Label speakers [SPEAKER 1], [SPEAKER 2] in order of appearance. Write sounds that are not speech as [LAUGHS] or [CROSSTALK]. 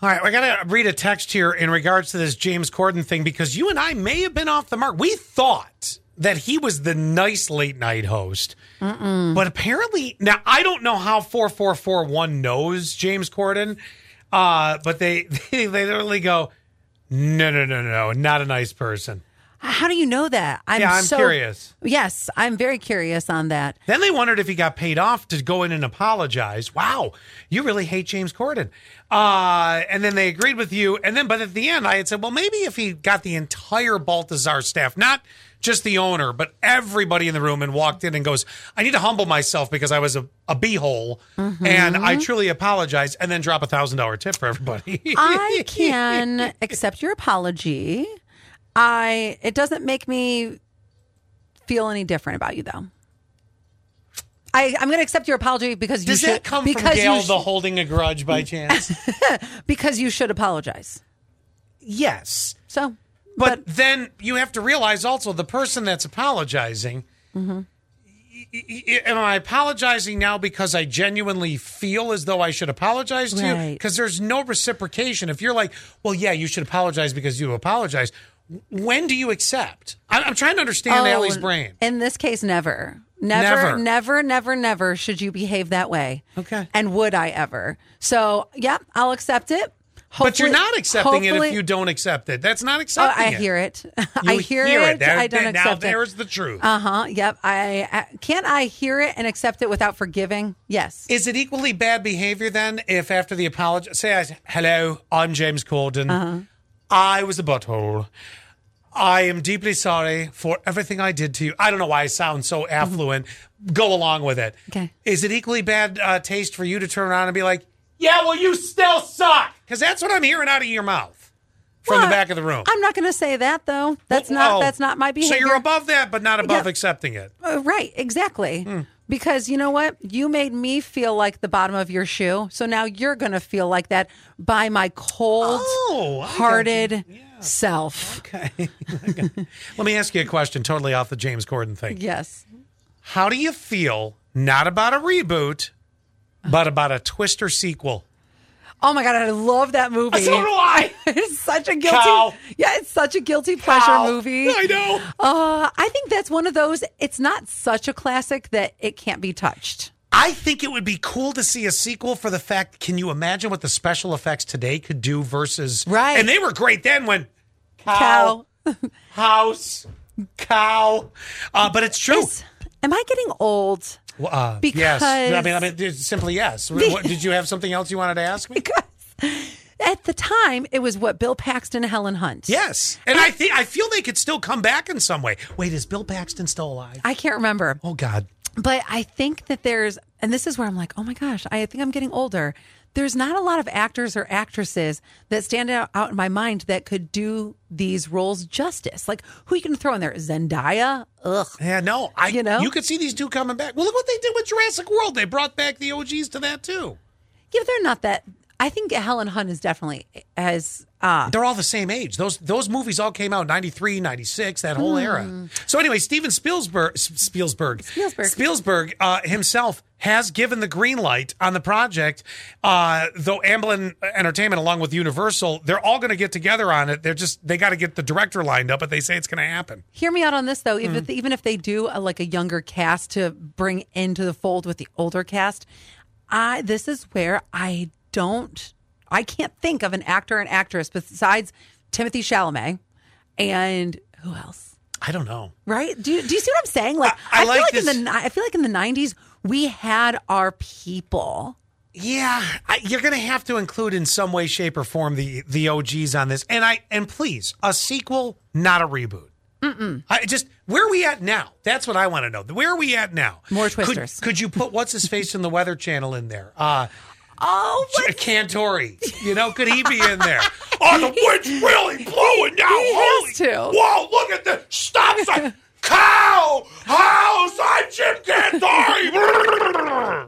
[SPEAKER 1] All right, I got to read a text here in regards to this James Corden thing because you and I may have been off the mark. We thought that he was the nice late night host, but apparently now I don't know how four four four one knows James Corden, uh, but they, [LAUGHS] they they literally go, no no no no, not a nice person.
[SPEAKER 2] How do you know that? I'm
[SPEAKER 1] Yeah, I'm
[SPEAKER 2] so-
[SPEAKER 1] curious.
[SPEAKER 2] Yes, I'm very curious
[SPEAKER 1] [LAUGHS]
[SPEAKER 2] on that.
[SPEAKER 1] Then they wondered if he got paid off to go in and apologize. Wow, you really hate James Corden. Uh, and then they agreed with you. And then, but at the end, I had said, well, maybe if he got the entire Baltazar staff, not just the owner, but everybody in the room, and walked in and goes, I need to humble myself because I was a, a beehole and I
[SPEAKER 2] Mm-hmm.
[SPEAKER 1] truly apologize, and then drop a $1,000 tip for everybody.
[SPEAKER 2] I can accept your apology. I it doesn't make me feel any different about you though. I, I'm going to accept your apology because
[SPEAKER 1] [LAUGHS]
[SPEAKER 2] you
[SPEAKER 1] Does
[SPEAKER 2] should
[SPEAKER 1] that come from
[SPEAKER 2] because
[SPEAKER 1] Gail,
[SPEAKER 2] you sh-
[SPEAKER 1] the holding a grudge by
[SPEAKER 2] [LAUGHS]
[SPEAKER 1] chance?
[SPEAKER 2] because you should apologize.
[SPEAKER 1] yes.
[SPEAKER 2] So,
[SPEAKER 1] but, then you have to realize also the person that's apologizing. y- y- y- Am I apologizing now because I genuinely feel as though I should apologize to you?
[SPEAKER 2] Right.
[SPEAKER 1] Because there's no reciprocation. If you're like, well, yeah, you should apologize because you apologize. w- When do you accept? I- I'm trying to understand
[SPEAKER 2] Oh,
[SPEAKER 1] Allie's brain.
[SPEAKER 2] In this case, never. Never,
[SPEAKER 1] Never.
[SPEAKER 2] never, never, never, should you behave that way.
[SPEAKER 1] Okay.
[SPEAKER 2] And would I ever? So, yep, I'll accept it.
[SPEAKER 1] But you're
[SPEAKER 2] Hopefully-
[SPEAKER 1] not accepting it
[SPEAKER 2] hopefully-
[SPEAKER 1] if you don't accept it. That's not
[SPEAKER 2] Oh,
[SPEAKER 1] accepting
[SPEAKER 2] I
[SPEAKER 1] it.
[SPEAKER 2] hear it. [LAUGHS]
[SPEAKER 1] You
[SPEAKER 2] I hear, it.
[SPEAKER 1] There-
[SPEAKER 2] I don't
[SPEAKER 1] there-
[SPEAKER 2] accept
[SPEAKER 1] Now
[SPEAKER 2] it.
[SPEAKER 1] there's the truth.
[SPEAKER 2] Uh huh. Yep. I, I can't. I hear it and accept it without forgiving. Yes.
[SPEAKER 1] Is it equally bad behavior then if after the apology, say, I, hello, I'm James Corden.
[SPEAKER 2] Uh-huh.
[SPEAKER 1] I was a butthole. I am deeply sorry for everything I did to you. I don't know why I sound so affluent. Go along with it.
[SPEAKER 2] Mm-hmm. Okay.
[SPEAKER 1] Is it equally bad uh, taste for you to turn around and be like, yeah, well, you still suck? Because that's what I'm hearing out of your mouth from
[SPEAKER 2] Well,
[SPEAKER 1] the back of the room.
[SPEAKER 2] I'm not going to say that though. That's not.
[SPEAKER 1] Oh,
[SPEAKER 2] That's not my behavior.
[SPEAKER 1] So you're above that, but not above
[SPEAKER 2] Yeah.
[SPEAKER 1] accepting it.
[SPEAKER 2] Uh, right. Exactly.
[SPEAKER 1] Hmm.
[SPEAKER 2] Because you know what? You made me feel like the bottom of your shoe. So now you're going to feel like that by my cold
[SPEAKER 1] Oh, I got you.
[SPEAKER 2] hearted self.
[SPEAKER 1] [LAUGHS] Let me ask you a question totally off the James Corden thing.
[SPEAKER 2] Yes.
[SPEAKER 1] How do you feel not about a reboot, but about a Twister sequel?
[SPEAKER 2] Oh my God. I love that movie.
[SPEAKER 1] I.
[SPEAKER 2] [LAUGHS] it's such a guilty.
[SPEAKER 1] Cow.
[SPEAKER 2] Yeah. It's such a guilty pleasure movie.
[SPEAKER 1] I know.
[SPEAKER 2] Uh, I think that's one of those. It's not such a classic that it can't be touched.
[SPEAKER 1] I think it would be cool to see a sequel for the fact. Can you imagine what the special effects today could do versus
[SPEAKER 2] Right.
[SPEAKER 1] And they were great then when
[SPEAKER 2] Cow.
[SPEAKER 1] house cow, uh, but it's true.
[SPEAKER 2] Is- Am I getting old?
[SPEAKER 1] Well, uh, yes, I
[SPEAKER 2] because-
[SPEAKER 1] mean, I mean, it's simply yes. What- Did you have something else you wanted to ask me?
[SPEAKER 2] At the time, it was what Bill Paxton, and Helen Hunt.
[SPEAKER 1] Yes, and I think I feel they could still come back in some way. Wait, is Bill Paxton still alive?
[SPEAKER 2] I can't remember,
[SPEAKER 1] Oh God.
[SPEAKER 2] but I think that there's, and this is where I'm like, oh my gosh, I think I'm getting older. There's not a lot of actors or actresses that stand out, out in my mind that could do these roles justice. Like who you can throw in there? Zendaya? Ugh.
[SPEAKER 1] Yeah, no, I you
[SPEAKER 2] You
[SPEAKER 1] know
[SPEAKER 2] know?
[SPEAKER 1] you could see these two coming back. Well, look what they did with Jurassic World. They brought back the OGs to that too.
[SPEAKER 2] Yeah, they're not that. I think Helen Hunt is definitely as uh,
[SPEAKER 1] They're all the same age. Those those movies all came out 93, 96, that whole era. So anyway, Steven Spielberg S- Hmm. Spielberg
[SPEAKER 2] Spielberg.
[SPEAKER 1] Spielberg uh, himself has given the green light on the project. Uh, though Amblin Entertainment along with Universal, they're all going to get together on it. They're just they got to get the director lined up, but they say it's going to happen.
[SPEAKER 2] Hear me out on this though. If
[SPEAKER 1] Hmm.
[SPEAKER 2] it- even if they do a, like a younger cast to bring into the fold with the older cast, I this is where I don't, I can't think of an actor and actress besides Timothy Chalamet and who else?
[SPEAKER 1] I don't know.
[SPEAKER 2] Right? Do you, do you see what I'm saying? Like
[SPEAKER 1] I- I
[SPEAKER 2] feel
[SPEAKER 1] like
[SPEAKER 2] like
[SPEAKER 1] this-
[SPEAKER 2] in the ni- I feel like in the '90s we had our people.
[SPEAKER 1] Yeah, I, you're going to have to include in some way, shape, or form the the OGs on this, and I and please a sequel, not a reboot. Mm-mm. I just where are we at now? That's what I want to know. Where are we at now?
[SPEAKER 2] More
[SPEAKER 1] Could-
[SPEAKER 2] Twisters.
[SPEAKER 1] Could, you put what's his face in the Weather Channel in there? Uh,
[SPEAKER 2] Oh,
[SPEAKER 1] Ch- Cantori, you know, could he be in there? oh, the wind's really blowing now.
[SPEAKER 2] he
[SPEAKER 1] Holy,
[SPEAKER 2] has to.
[SPEAKER 1] Whoa, look at the
[SPEAKER 2] [LAUGHS]
[SPEAKER 1] stop sign. Cow, house, I'm Jim Cantori.
[SPEAKER 2] [LAUGHS]